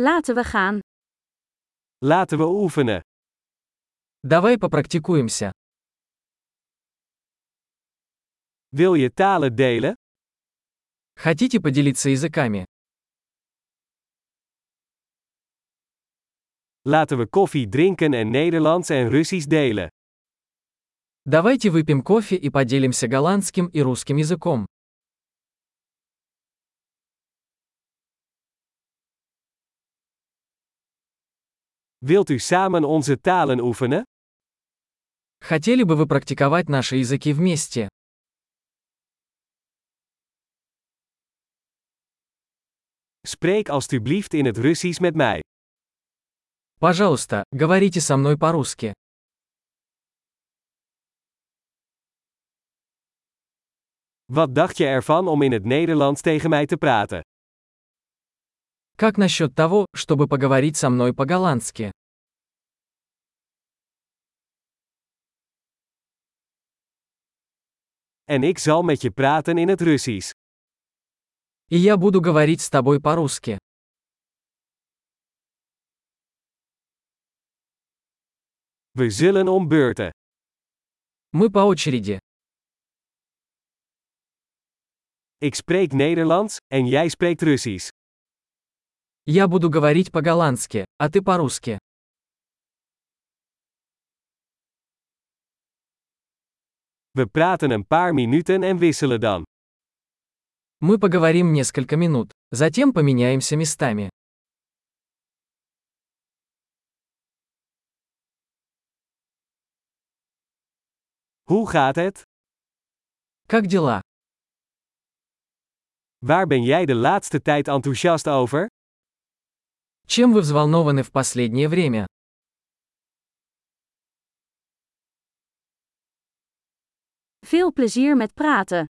Laten we gaan. Laten we oefenen. Давай попрактикуемся. Wil je talen delen? Хотите поделиться языками? Laten we koffie drinken en Nederlands en Russisch delen. Давайте выпьем кофе и поделимся голландским и русским языком. Wilt u samen onze talen oefenen? Хотели бы вы практиковать наши языки вместе? Spreek alstublieft in het Russisch met mij. Пожалуйста, говорите со мной по-русски. Wat dacht je ervan om in het Nederlands tegen mij te praten? Как насчет того, чтобы поговорить со мной по-голландски? En ik zal met je praten in het Russisch. И я буду говорить с тобой по-русски. We zullen om beurten. Мы по очереди. Ik spreek Nederlands en jij spreekt Russisch. Я буду говорить по-голландски, а ты по-русски. We praten een paar minuten en wisselen dan. Мы поговорим несколько минут, затем поменяемся местами. Hoe gaat het? Как дела? Waar ben jij de laatste tijd enthousiast over? Чем вы взволнованы в последнее время? Veel plezier met praten.